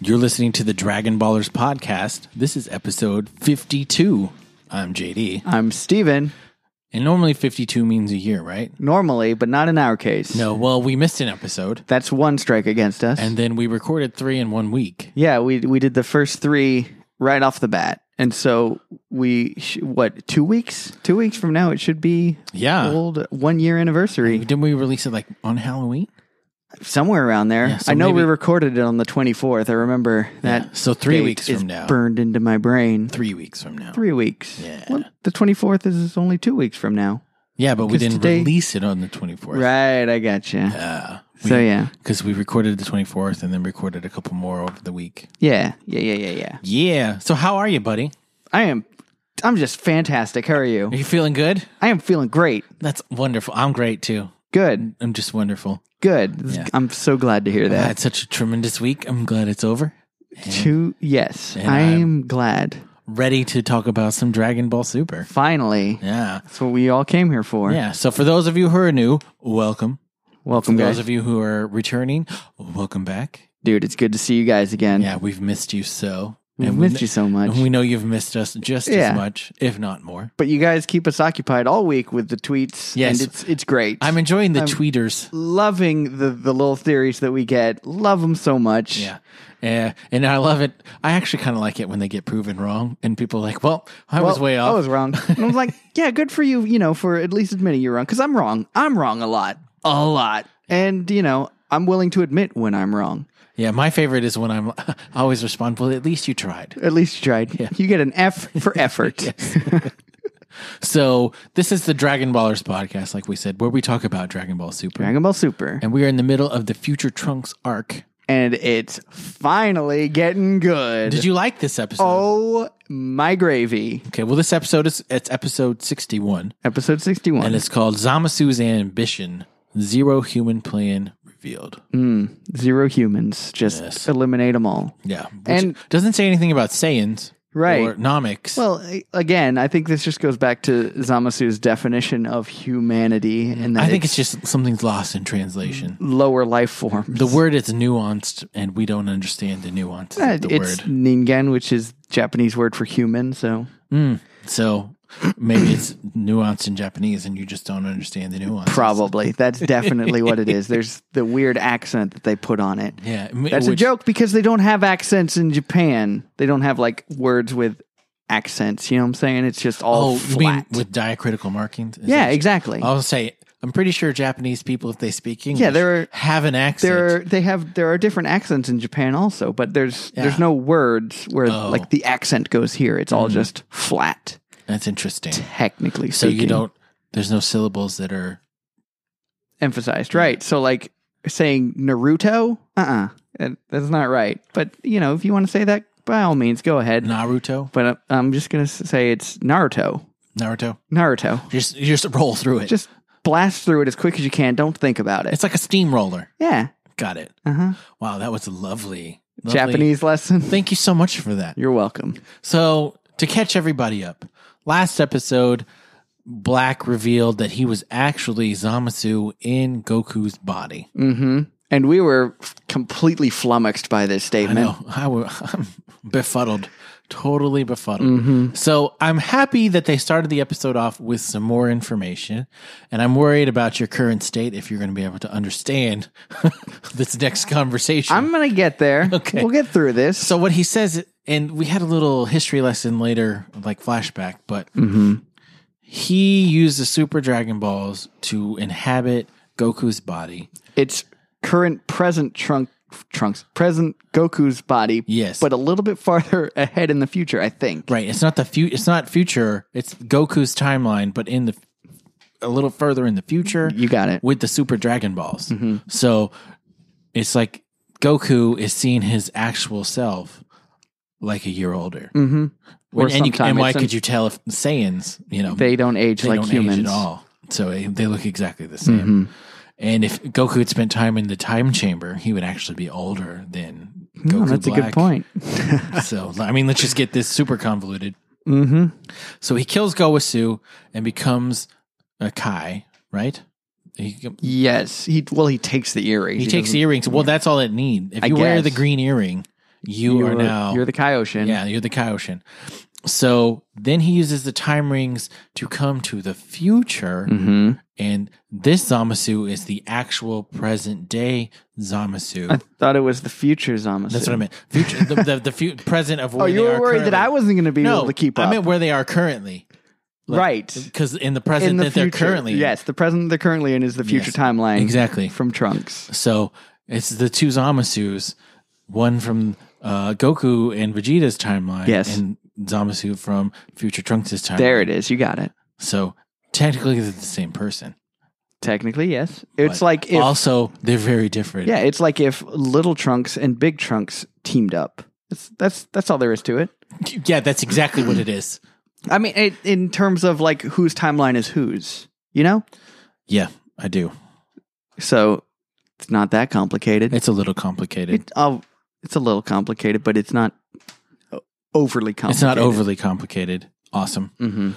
You're listening to the Dragon Ballers podcast. This is episode 52. I'm JD. I'm Steven, And normally 52 means a year, right? normally, but not in our case. No, well, we missed an episode That's one strike against us. and then we recorded three in one week. yeah, we we did the first 3 right off the bat. And so we sh- what, 2 weeks? 2 weeks from now it should be Yeah. old 1 year anniversary Didn't we release it like on Halloween? somewhere around there. Yeah, so I know we maybe- recorded it on the 24th. I remember that. So three date weeks is from now. burned into my brain. Three weeks from now. 3 weeks. Yeah. Well, the 24th is only 2 weeks from now. Yeah, but we 'Cause didn't today- release it on the 24th. Right, I gotcha. you. Uh, so yeah. Because we recorded the 24th and then recorded a couple more over the week. Yeah. Yeah, yeah, yeah, yeah. Yeah. So how are you, buddy? I am I'm just fantastic. How are you? Are you feeling good? I am feeling great. That's wonderful. I'm great too. Good, I'm just wonderful. good. This- Yeah. I'm so glad to hear I that. had such a tremendous week. I'm glad it's over. Two, yes, and I I'm- am glad. Ready to talk about some Dragon Ball Super. Finally, Yeah. that's what we all came here for. Yeah. So for those of you who are new, welcome. Welcome, For guys. those of you who are returning, welcome back. Dude, it's good to see you guys again. Yeah, we've missed you so. We've we missed kn- you so much. And we know you've missed us just Yeah. as much, if not more. but you guys keep us occupied all week with the tweets. Yes. and it's it's great. I'm enjoying the tweeters. loving the the little theories that we get. Love them so much. Yeah. Yeah. And I love it. I actually kind of like it when they get proven wrong and people are like, well, I was Well, way off. I was wrong. And I was like, yeah, good for you, you know, for at least admitting you're wrong. Because I'm wrong. I'm wrong a lot. A lot. And, you know, I'm willing to admit when I'm wrong. yeah. My favorite is when I'm I always respond, well, at least you tried. At least you tried. You get an F for effort. So this is the Dragon Ballers podcast, like we said, where we talk about Dragon Ball Super, Dragon Ball Super. and we are in the middle of the Future Trunks arc. And it's finally getting good. Did you like this episode? oh, my gravy. Okay, well, this episode is it's episode sixty-one, Episode 61. and it's called Zamasu's Ambition: Zero Human Plan Revealed. Mm. Zero humans. Just eliminate them all. Yeah, which And- doesn't say anything about Saiyans, Right. Or Nomics. Well, a- again, I think this just goes back to Zamasu's definition of humanity and that I think it's just something's lost in translation. lower life forms. The word is nuanced, and we don't understand the nuances Uh, of the it's word. ningen, which is Japanese word for human. So So maybe it's nuanced in Japanese and you just don't understand the nuance. probably that's definitely what it is. There's the weird accent that they put on it. Yeah. m- That's a which- joke because they don't have accents in Japan. They don't have like words with accents. You know what I'm saying? It's just all Oh, you mean flat. with Oh, diacritical markings? Is yeah, that- exactly. I'll say, I'm pretty sure Japanese people, if they speak English, Yeah, there are- have an accent. there are they have there are different accents in Japan also, but there's there's no words where Oh. like the accent goes here. It's all just flat, That's interesting. technically So speaking. you don't, there's no syllables that are, emphasized, right? So like saying Naruto, uh Uh-uh. uh that's not right. But you know, if you want to say that, by all means, go ahead. Naruto, But I- I'm just gonna s- say it's Naruto, Naruto. Naruto. Just, you just roll through it. Just blast through it as quick as you can. Don't think about it. it's like a steamroller. yeah, Got it. uh huh. Wow, that was lovely. lovely. Japanese lesson. Thank you so much for that. You're welcome. So, to catch everybody up, last episode, Black revealed that he was actually Zamasu in Goku's body. Mm-hmm. And we were f- completely flummoxed by this I statement. know. I wa- I'm befuddled. Totally befuddled. Mm-hmm. So, I'm happy that they started the episode off with some more information. And I'm worried about your current state if you're going to be able to understand this next conversation. I'm gonna get there. Okay. we'll get through this. so, what he says, and we had a little history lesson later, like flashback, but mm-hmm. he used the super dragon balls to inhabit goku's body it's current present trunk trunks present goku's body Yes. but a little bit farther ahead in the future i think right it's not the future it's not future it's goku's timeline but in the a little further in the future you got it with the super dragon balls Mm-hmm. so it's like goku is seeing his actual self like a year older mm-hmm. Or and, and you- sometime and why it's an- could you tell if saiyans you know they don't age they like don't humans Mm-hmm. age at all. So eh, they look exactly the same. And if Goku had spent time in the time chamber, he would actually be older than Goku. Oh, that's a Black. good point so I mean, let's just get this super convoluted. mm-hmm. So he kills Gowasu and becomes a Kai, right? He, yes he well he takes the earrings he takes the earrings. Well, that's all it needs. If I you wear guess. the green earring, You are now you're the Kaioshin. yeah, you're the Kaioshin. So then he uses the time rings to come to the future, hmm and this Zamasu is the actual present day Zamasu. I thought it was the future Zamasu. That's what I meant. Future, the the, the fu- present of where Oh, you they were are worried that currently. I wasn't going to be no, able to keep up. I meant where they are currently, right. because in the present In the that future. they're currently in. Yes, the present they're currently in is the future Yes. timeline exactly. from Trunks. So it's the two Zamasus, one from uh, Goku and Vegeta's timeline, Yes. and Zamasu from future Trunks' timeline. There it is. You got it. So technically, they're the same person. Technically, yes. It's But like if also, they're very different. yeah, it's like if little Trunks and big Trunks teamed up. That's that's that's all there is to it. Yeah, that's exactly what it is. I mean, it, in terms of like whose timeline is whose, you know. Yeah, I do. So it's not that complicated. It's a little complicated. It, oh, it's a little complicated, but it's not o- overly complicated. It's not overly complicated. Awesome. hmm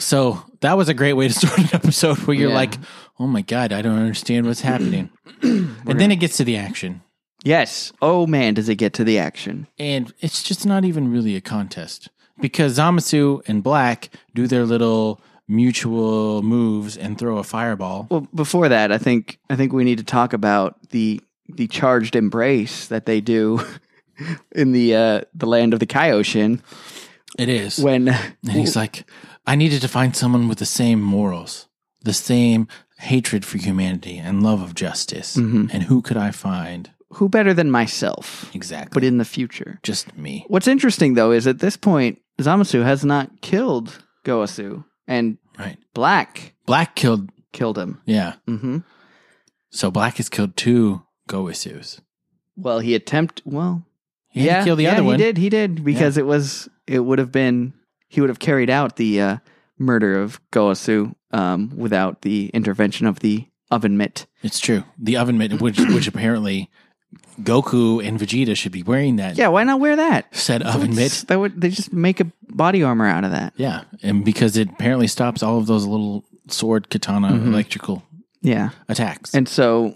So that was a great way to start an episode where you're Yeah. like, oh my God, I don't understand what's happening. and then it gets to the action. Yes. Oh man, does it get to the action? And it's just not even really a contest because Zamasu and Black do their little mutual moves and throw a fireball. Well, before that, I think I think we need to talk about the the charged embrace that they do in the uh, the land of the Kaioshin It is. when And he's like, I needed to find someone with the same morals, the same hatred for humanity and love of justice. Mm-hmm. And who could I find? who better than myself, Exactly. but in the future. just me. What's interesting though is at this point Zamasu has not killed Goasu and Right. Black Black killed, killed him. yeah. hmm So Black has killed two Go Issues. Well, he attempt well He had to kill the yeah, other one. He did. He did because it was it would have been he would have carried out the uh, murder of Goasu um, without the intervention of the oven mitt. It's true. The oven mitt, which, which apparently Goku and Vegeta should be wearing that Yeah, why not wear that? said oven mitt. That would they just make a body armor out of that? Yeah. And because it apparently stops all of those little sword, katana, Mm-hmm. electrical Yeah, attacks. and so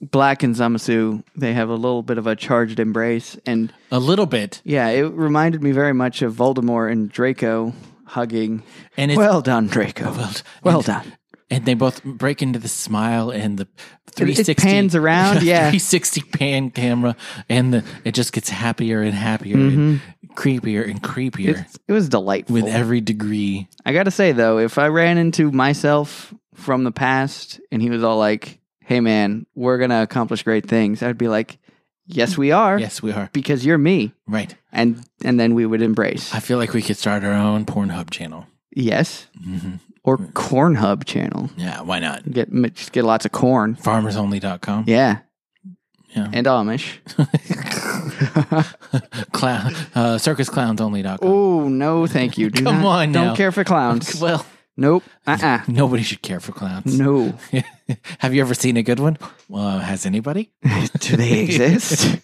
Black and Zamasu they have a little bit of a charged embrace, and a little bit. yeah, it reminded me very much of Voldemort and Draco hugging. And it's Well done, Draco. Well, Well, done. and they both break into the smile and the 360 pans around, yeah. 360 pan camera and the it just gets happier and happier and creepier and creepier Mm-hmm. It's, it was delightful. with every degree I gotta say though, if I ran into myself from the past and he was all like, "Hey man, we're gonna accomplish great things," I'd be like, "Yes, we are, yes we are because you're me," right and and then we would embrace. i feel like we could start our own pornhub channel yes, or Mm. Cornhub channel. yeah why not Get m- just get lots of corn. farmersonly.com Yeah, Yeah. and Amish. clown uh, circusclownsonly.com Oh no, thank you. Do Come not- on don't now. care for clowns. well nope. Uh uh nobody should care for clowns No. have you ever seen a good one well uh, has anybody Do they exist?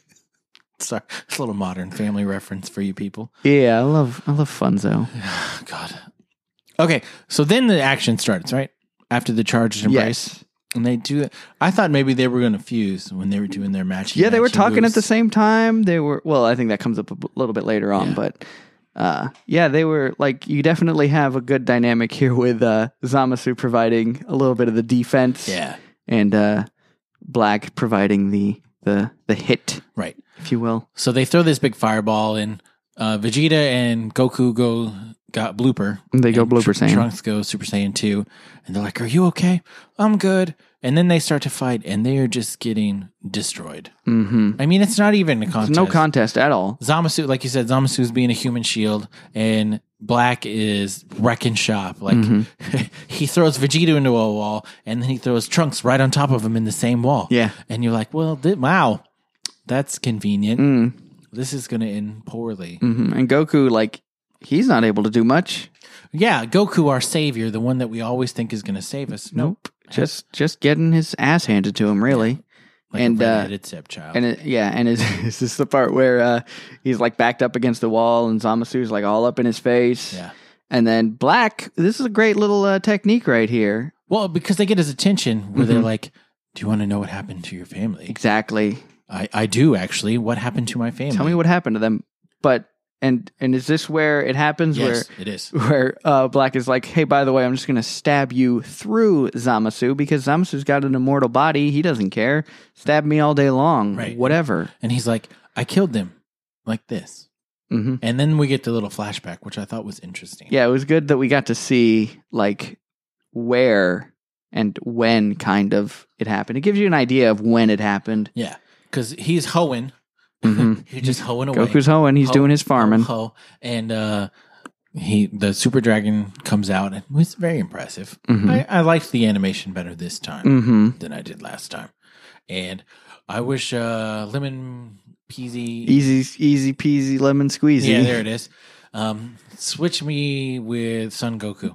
sorry it's a little modern family reference for you people yeah, I love I love Funzo. God. Okay, so then the action starts, right? After the charged embrace. Yes. And they do it. I thought maybe they were going to fuse when they were doing their match. Yeah, they were talking at the same time. They were well, I think that comes up a b- little bit later on, Yeah. but uh, yeah, they were like you definitely have a good dynamic here with uh, Zamasu providing a little bit of the defense, Yeah, and uh, Black providing the the the hit, right. if you will. So they throw this big fireball, and uh, Vegeta and Goku go got blooper. They go And blooper Tr- Saiyan. Trunks go Super Saiyan 2. And they're like, Are you okay? I'm good. And then they start to fight, and they are just getting destroyed. Mm-hmm. I mean, it's not even a contest. No contest at all. Zamasu, like you said, Zamasu is being a human shield, and Black is wrecking shop. Like Mm-hmm. he throws Vegeta into a wall, and then he throws Trunks right on top of him in the same wall. Yeah. and you're like, well, th- wow, that's convenient. Mm. This is going to end poorly. hmm And Goku, like, he's not able to do much. Yeah, Goku, our savior, the one that we always think is going to save us. Nope, Just just getting his ass handed to him, really. like And, a uh, redheaded stepchild. And it, yeah, and is, is this the part where uh, he's like backed up against the wall and Zamasu's like all up in his face? Yeah. And then Black, this is a great little uh, technique right here. Mm-hmm. well, because they get his attention, where they're like, "Do you want to know what happened to your family?" Exactly. I, I do actually. What happened to my family? Tell me what happened to them. But and and is this where it happens? Yes, it is. Where where uh, Black is like, hey, by the way, I'm just gonna stab you through Zamasu because Zamasu's got an immortal body. He doesn't care. Stab me all day long. Right. Whatever. And he's like, I killed them like this. hmm And then we get the little flashback, which I thought was interesting. Yeah, it was good that we got to see like where and when kind of it happened. It gives you an idea of when it happened. Yeah. Because he's hoeing. Mhm. he's just hoeing away. Goku's hoeing. He's Ho- doing his farming. Ho, ho. And uh, he the super dragon comes out and it's very impressive. Mhm. I, I liked the animation better this time hmm than I did last time. And I wish uh, Lemon Peasy Easy, easy peasy lemon squeezy. Yeah, there it is. Um, switch me with Son Goku.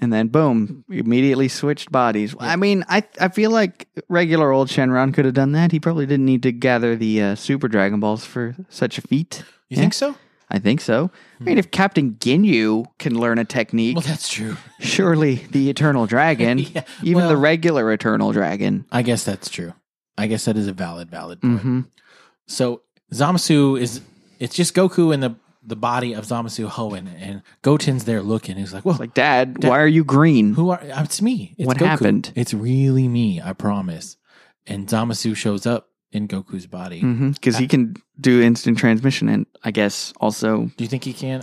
and then boom, immediately switched bodies. I mean, I I feel like regular old Shenron could have done that. He probably didn't need to gather the uh, Super Dragon Balls for such a feat. You Yeah. think so? I think so. I mean, if Captain Ginyu can learn a technique, Hmm. Well, that's true. surely the Eternal Dragon, Yeah, even the well- regular Eternal Dragon. I guess that's true. I guess that is a valid, valid point. hmm So Zamasu is it's just Goku and the the body of Zamasu Hoenn, and Goten's there looking. He's like, "Well, Like, Dad, why are you green? who are? uh, It's me. It's What Goku. happened?" It's really me. I promise." And Zamasu shows up in Goku's body. Because Mm-hmm. he can do instant transmission, and I guess also, Do you think he can?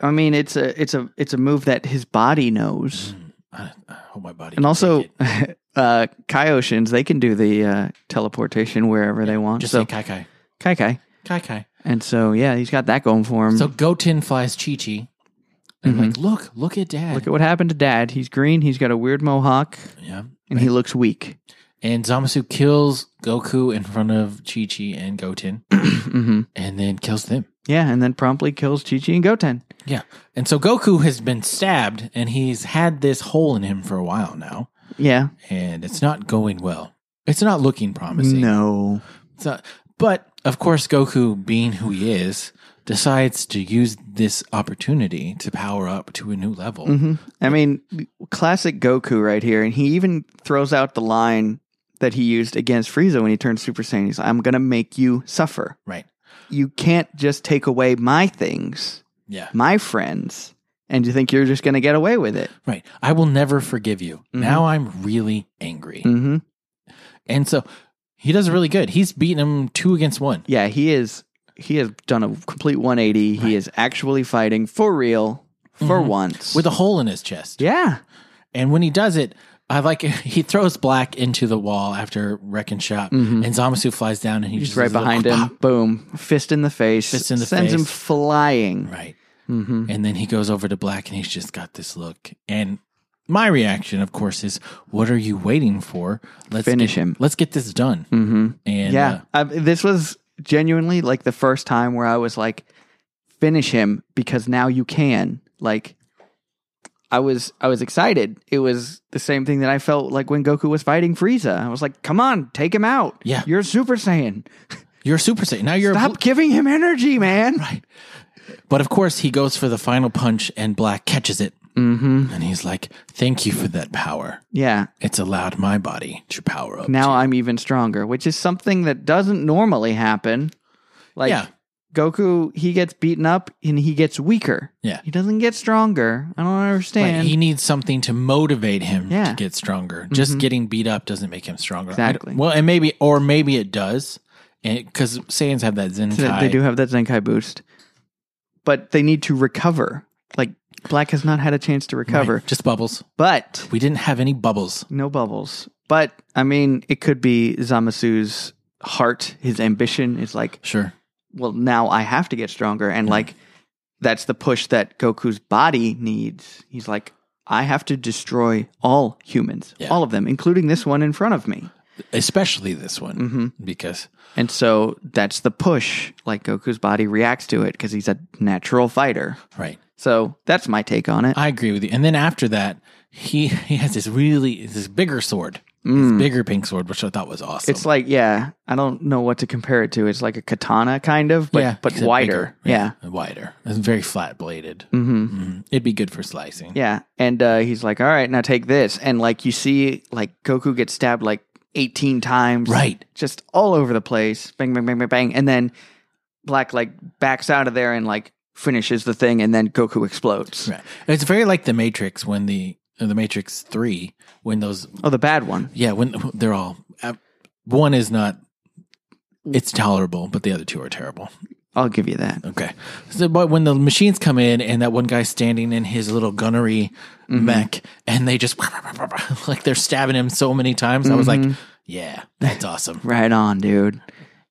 I mean, it's a it's a it's a move that his body knows. Mm, I, I hope my body. can and also take it. uh Kaioshins, they can do the uh teleportation wherever they want. just so like Kai Kai, Kai Kai. Kai Kai. And so yeah, he's got that going for him. So Goten flies Chi Chi, and Mhm. like, look, look at Dad. Look at what happened to Dad. He's green, he's got a weird mohawk, yeah. and he looks weak. And Zamasu kills Goku in front of Chi Chi and Goten, hmm and then kills them. Yeah, and then promptly kills Chi Chi and Goten. Yeah. And so Goku has been stabbed and he's had this hole in him for a while now. Yeah. And it's not going well. It's not looking promising. No. It's not- but of course, Goku, being who he is, decides to use this opportunity to power up to a new level. hmm I mean, classic Goku right here, and he even throws out the line that he used against Frieza when he turned Super Saiyan. He's like, I'm gonna make you suffer. Right. You can't just take away my things. Yeah. my friends and you think you're just going to get away with it. Right. I will never forgive you. Mhm. Now I'm really angry. Mm-hmm. And so he does really good. He's beaten him two against one. Yeah, he is. He has done a complete 180. He is actually fighting for real for Mhm. once. with a hole in his chest. yeah, And when he does it, I like he throws Black into the wall after Wreck and Shop, Mhm. and Zamasu flies down and he he's just right does a little behind him. Boom! Fist in the face. Fist in the sends him face. flying. Right. Mm-hmm. And then he goes over to Black and he's just got this look. And my reaction, of course, is what are you waiting for? Let's Finish get, him. Let's get this done. Mm-hmm. And yeah, uh, I, this was genuinely like the first time where I was like, finish him because now you can. Like, I was I was excited. It was the same thing that I felt like when Goku was fighting Frieza. I was like, come on, take him out. Yeah. you're Super Saiyan. you're a Super Saiyan. Now you're a Stop blue- giving him energy, man. Right. But of course, he goes for the final punch and Black catches it. Mm-hmm. And he's like, thank you for that power. Yeah. It's allowed my body to power up. Now I'm even stronger, which is something that doesn't normally happen. Like Yeah. Goku, he gets beaten up and he gets weaker. Yeah. He doesn't get stronger. I don't Right, understand. he needs something to motivate him Yeah. Mm-hmm. to get stronger. Just getting beat up doesn't make him stronger. I don't- Exactly. Well, and maybe, or maybe it does, because Saiyans have that Zen They- Kai. They do have that Zenkai boost, but they need to recover. Like Black has not had a chance to recover, Just bubbles. but We didn't have any bubbles. no bubbles. But I mean, it could be Zamasu's heart, his ambition is like, Sure. well, now I have to get stronger, and like that's the push that Goku's body needs. He's like, I have to destroy all humans, Yeah. all of them, including this one in front of me. Especially this one, Mm-hmm. because And so that's the push. Like Goku's body reacts to it because he's a natural fighter. right. So that's my take on it. I agree with you. And then after that, he he has this really this bigger sword, this bigger pink sword, which I thought was awesome. Mm. It's like, yeah, I don't know what to compare it to. It's like a katana kind of, but but except wider. bigger. Yeah. wider. It's very flat bladed. Mhm. Mhm. It'd be good for slicing. Yeah. And uh, he's like, "All right, now take this." And like you see like Goku gets stabbed like 18 times. Right. Just all over the place. Bang, bang, bang, bang, bang. And then Black like backs out of there and like finishes the thing and then Goku explodes. Right. It's very like the Matrix when the uh, the Matrix Three when those Oh, the bad one. yeah when they're all uh, one is not it's tolerable, but the other two are terrible. I'll give you that. Okay. So, but when the machines come in and that one guy's standing in his little gunnery mech and they just like they're stabbing him so many times, I was like, yeah, that's awesome. Right on, dude.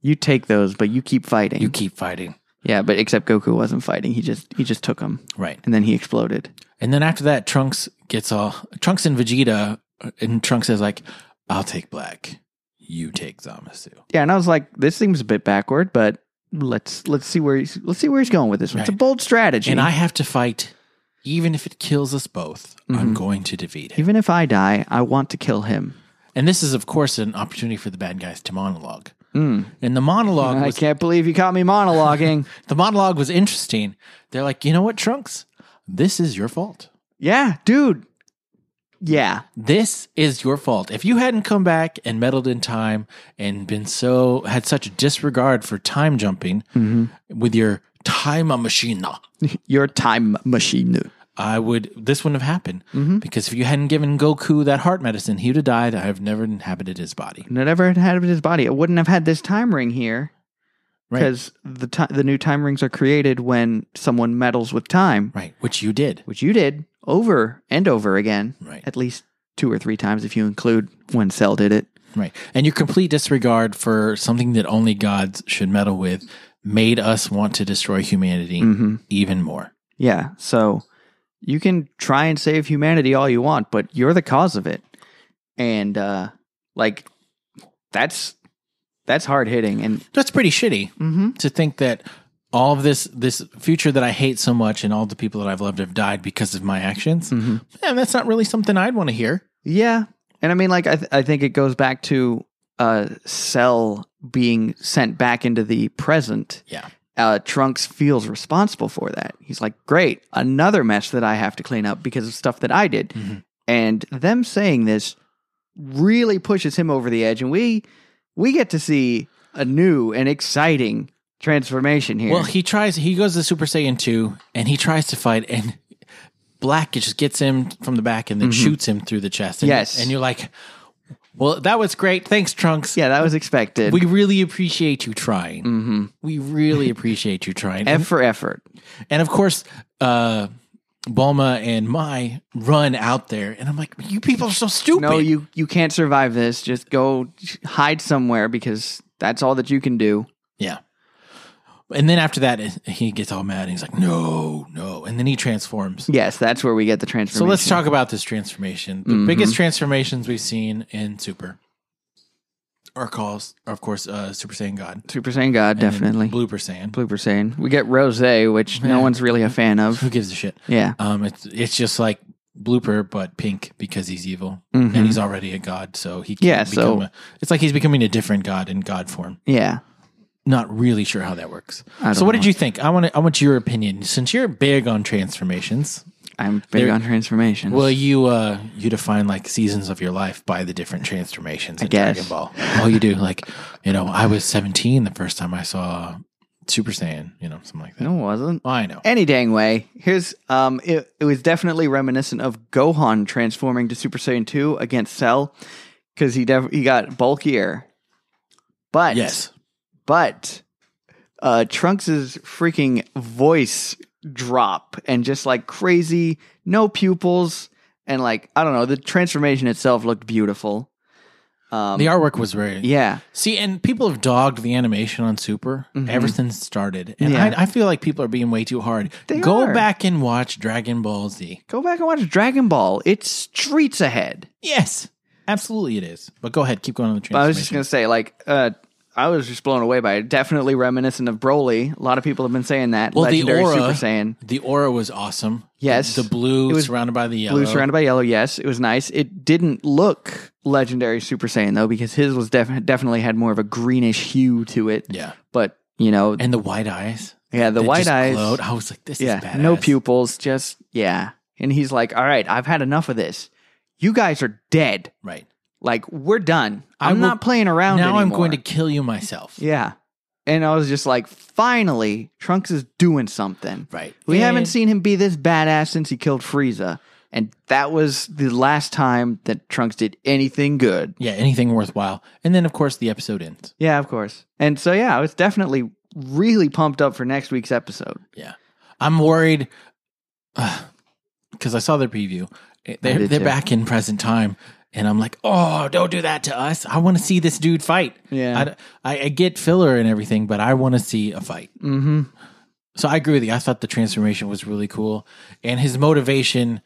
You take those, but you keep fighting. You keep fighting. yeah, but except Goku wasn't fighting. He just he just took them Right. and then he exploded. And then after that, Trunks gets all Trunks and Vegeta, and Trunks is like, "I'll take Black, you take Zamasu." Yeah, and I was like, this seems a bit backward, but let's let's see where he's let's see where he's going with this one. It's a Right. bold strategy. And I have to fight, even if it kills us both. I'm going to defeat him. even if I die, I want to kill him. And this is, of course, an opportunity for the bad guys to monologue. Mm. And the monologue I was can't believe you caught me monologuing. the monologue was interesting. They're like, you know what, Trunks, this is your fault. yeah, dude. Yeah. This is your fault. If you hadn't come back and meddled in time and been so had such a disregard for time jumping with your time machine, Your time machine. I would this wouldn't have happened because if you hadn't given Goku that heart medicine, he would have died. I have never inhabited his body. Never had had his body. It wouldn't have had this time ring here. Right. Because the ti- the new time rings are created when someone meddles with time, Right, which you did. which you did over and over again, Right. at least two or three times if you include when Cell did it. Right. And your complete disregard for something that only gods should meddle with made us want to destroy humanity Mm. even more. Yeah. So you can try and save humanity all you want, but you're the cause of it. And uh like that's that's hard hitting and That's pretty shitty to think that all of this this future that I hate so much and all the people that I've loved have died because of my Mm. actions. Mm-hmm. Man, that's not really something I'd want to hear. yeah. And I mean like I th- I think it goes back to uh Cell being sent back into the present. Yeah. Uh Trunks feels responsible for that. He's like, "Great, another mess that I have to clean up because of stuff that I did." Mm-hmm. And them saying this really pushes him over the edge, and we we get to see a new and exciting transformation here. Well, he tries. He goes to Super Saiyan two, and he tries to fight, and Black just gets him from the back and then shoots him through the chest. And, Mm-hmm. Yes. and you're like, "Well, that was great. Thanks, Trunks. yeah, that was expected. we really appreciate you trying. Mm-hmm. We really appreciate you trying." F for effort. and of course, uh, Bulma and Mai run out there, and I'm like, "You people are so stupid." No, you you can't survive this. Just go hide somewhere because that's all that you can do. Yeah. And then after that, he gets all mad. And he's like, "No, no!" And then he transforms. Yes, that's where we get the transformation. Mm-hmm. So let's talk about this transformation. The biggest transformations we've seen in Super are calls, are of course, uh, Super Saiyan God, Super Saiyan God, definitely. Blooper Saiyan. Blooper Saiyan. We get Rose, which no one's really a fan of. Who gives a shit? Yeah. Um, it's it's just like Blooper, but pink because he's evil and he's already a god, so he can't Mm-hmm. Yeah, so- become a, It's like he's becoming a different god in god form. Yeah. Not really sure how that works. don't So, what did you think? I want to, I want your opinion since you're big on transformations. I'm big on transformations. Well, you uh, you define like seasons of your life by the different transformations in guess. Dragon Ball. All you do, like you know, I was seventeen the first time I saw Super Saiyan, you know, something like that. no, it wasn't. I know. Any dang way. Here's um it, it was definitely reminiscent of Gohan transforming to Super Saiyan 2 against Cell cuz he def- he got bulkier. But Yes, but uh Trunks's freaking voice drop and just like crazy no pupils and like I don't know, the transformation itself looked beautiful. Um the artwork was very yeah. See, and people have dogged the animation on Super ever since it started, and Mm-hmm. Yeah. I, I feel like people are being way too hard. They Go are. back and watch Dragon Ball Z. Go back and watch Dragon Ball. It's streets ahead. Yes, absolutely, it is. But go ahead, keep going on the transformation. I was just gonna say, like, uh, I was just blown away by it. Definitely reminiscent of Broly. A lot of people have been saying that. well, the Legendary aura, Super Saiyan. the aura was awesome. Yes. the blue It was surrounded by the yellow. Blue surrounded by yellow. Yes, it was nice. It didn't look legendary Super Saiyan though, because his was def- definitely had more of a greenish hue to it. Yeah. But you know, and the white eyes. yeah, the that white just eyes. glowed. I was like, this is Yeah, badass. no pupils. Just yeah. And he's like, "All right, I've had enough of this. You guys are dead. Right. Like we're done. I I'm will- not playing around. now I'm anymore." going to kill you myself. Yeah. And I was just like, finally, Trunks is doing something. Right. We Yeah, haven't yeah. seen him be this badass since he killed Frieza. And that was the last time that Trunks did anything good. Yeah, anything worthwhile. And then, of course, the episode ends. Yeah, of course. And so, yeah, I was definitely really pumped up for next week's episode. Yeah. I'm worried because I saw their preview. Eh, They're, did they're too. back in present time. And I'm like, oh, don't do that to us. I want to see this dude fight. Yeah. I d- I, I get filler and everything, but I want to see a fight. Mm-hmm. So I agree with you. I thought the transformation was really cool. And his motivation,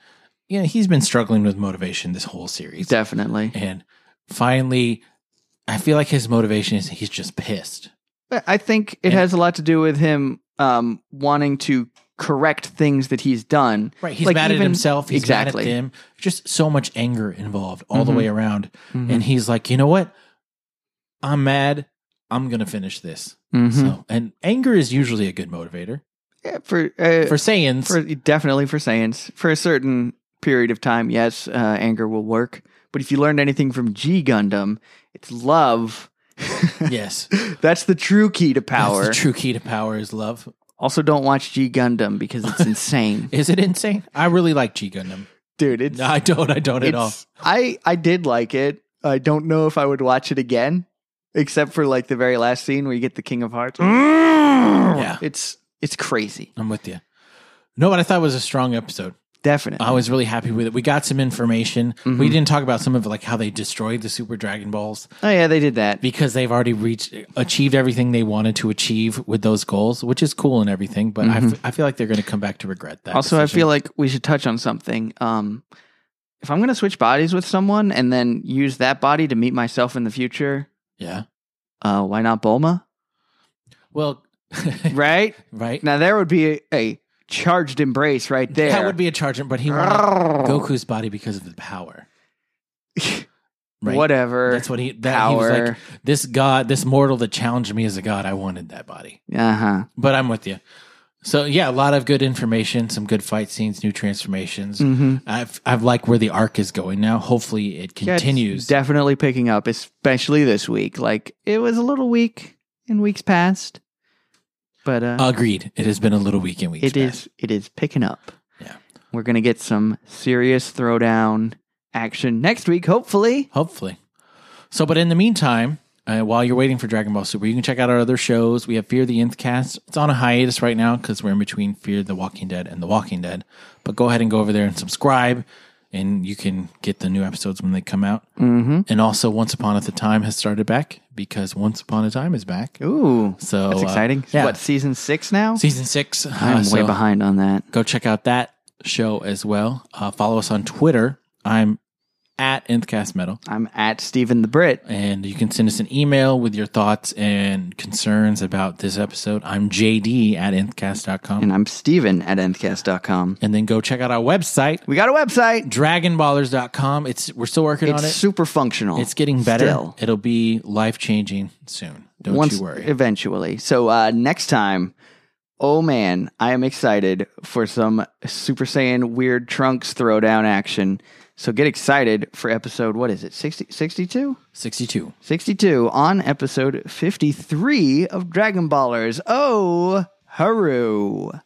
you know, he's been struggling with motivation this whole series. Definitely. And finally, I feel like his motivation is he's just pissed. But I think it And- has a lot to do with him um, wanting to correct things that he's done. Right. He's Like, mad at even- himself. He's exactly. mad at them. Just so much anger involved all Mhm. the way around. And he's like, you know what? I'm mad. I'm going to finish this. Mhm. So, and anger is usually a good motivator Yeah, for, uh, for Saiyans. For definitely for Saiyans, for a certain period of time, yes, uh, anger will work. But if you learned anything from G Gundam, it's love. yes. That's the true key to power. That's the true key to power is love. also, don't watch G Gundam because it's insane, Is it insane? I really like G Gundam. dude. It's, No, I don't. I don't at all. it's I I did like it. I don't know if I would watch it again, except for like the very last scene where you get the King of Hearts. Yeah, It's it's crazy, I'm with you. No, what I thought was a strong episode. definitely. I was really happy with it. We got some information. We Mhm. didn't talk about some of like how they destroyed the Super Dragon Balls Oh yeah, they did that. because they've already reached achieved everything they wanted to achieve with those goals, which is cool and everything. But I f I I, feel like they're going to come back to regret that. Mm-hmm. also i feel like we should touch on something um if i'm going to switch bodies with someone and then use that body to meet myself in the future yeah. uh why not bulma Well, right right. now there would be a, a charged embrace right there That would be a chargent, but he wanted Goku's body because of the power. Right. whatever That's what he. That he was like Power. this god, this mortal that challenged me as a god. I wanted that body. uh-huh But I'm with you. So yeah, a lot of good information, some good fight scenes, new transformations. Mm-hmm. I've I've liked where the arc is going now. Hopefully it Mm. Yeah, it's continues. definitely picking up especially this week like it was a little weak in weeks past but uh, Agreed. It has been a little week in weeks. It is. past. it is picking up. Yeah. We're gonna get some serious throwdown action next week, hopefully. Hopefully. So, but in the meantime, uh, while you're waiting for Dragon Ball Super, you can check out our other shows. We have Fear the Nth Cast. It's on a hiatus right now because we're in between Fear the Walking Dead and The Walking Dead. But go ahead and go over there and subscribe, and you can get the new episodes when they come out. Mm-hmm. And also, Once Upon a Time has started back because Once Upon a Time is back. Ooh. So That's uh, exciting. yeah. What, season six now? season six? I'm Uh, way so behind on that. Go check out that show as well. Uh, follow us on Twitter. I'm at nthcast metal. I'm at Stephen the Brit. And you can send us an email with your thoughts and concerns about this episode. I'm JD at nthcast.com. And I'm Steven at nthcast.com. And then go check out our website, We got a website. dragonballers.com. It's we're still working It's on it. super functional. It's getting better. Still. It'll be life changing soon. Don't Once you worry. eventually. So uh next time, oh man, I am excited for some Super Saiyan weird trunks throwdown action. So get excited for episode what is it? 60 62? 62. 62 on episode 53 of Dragon Ballers. Oh, hooroo.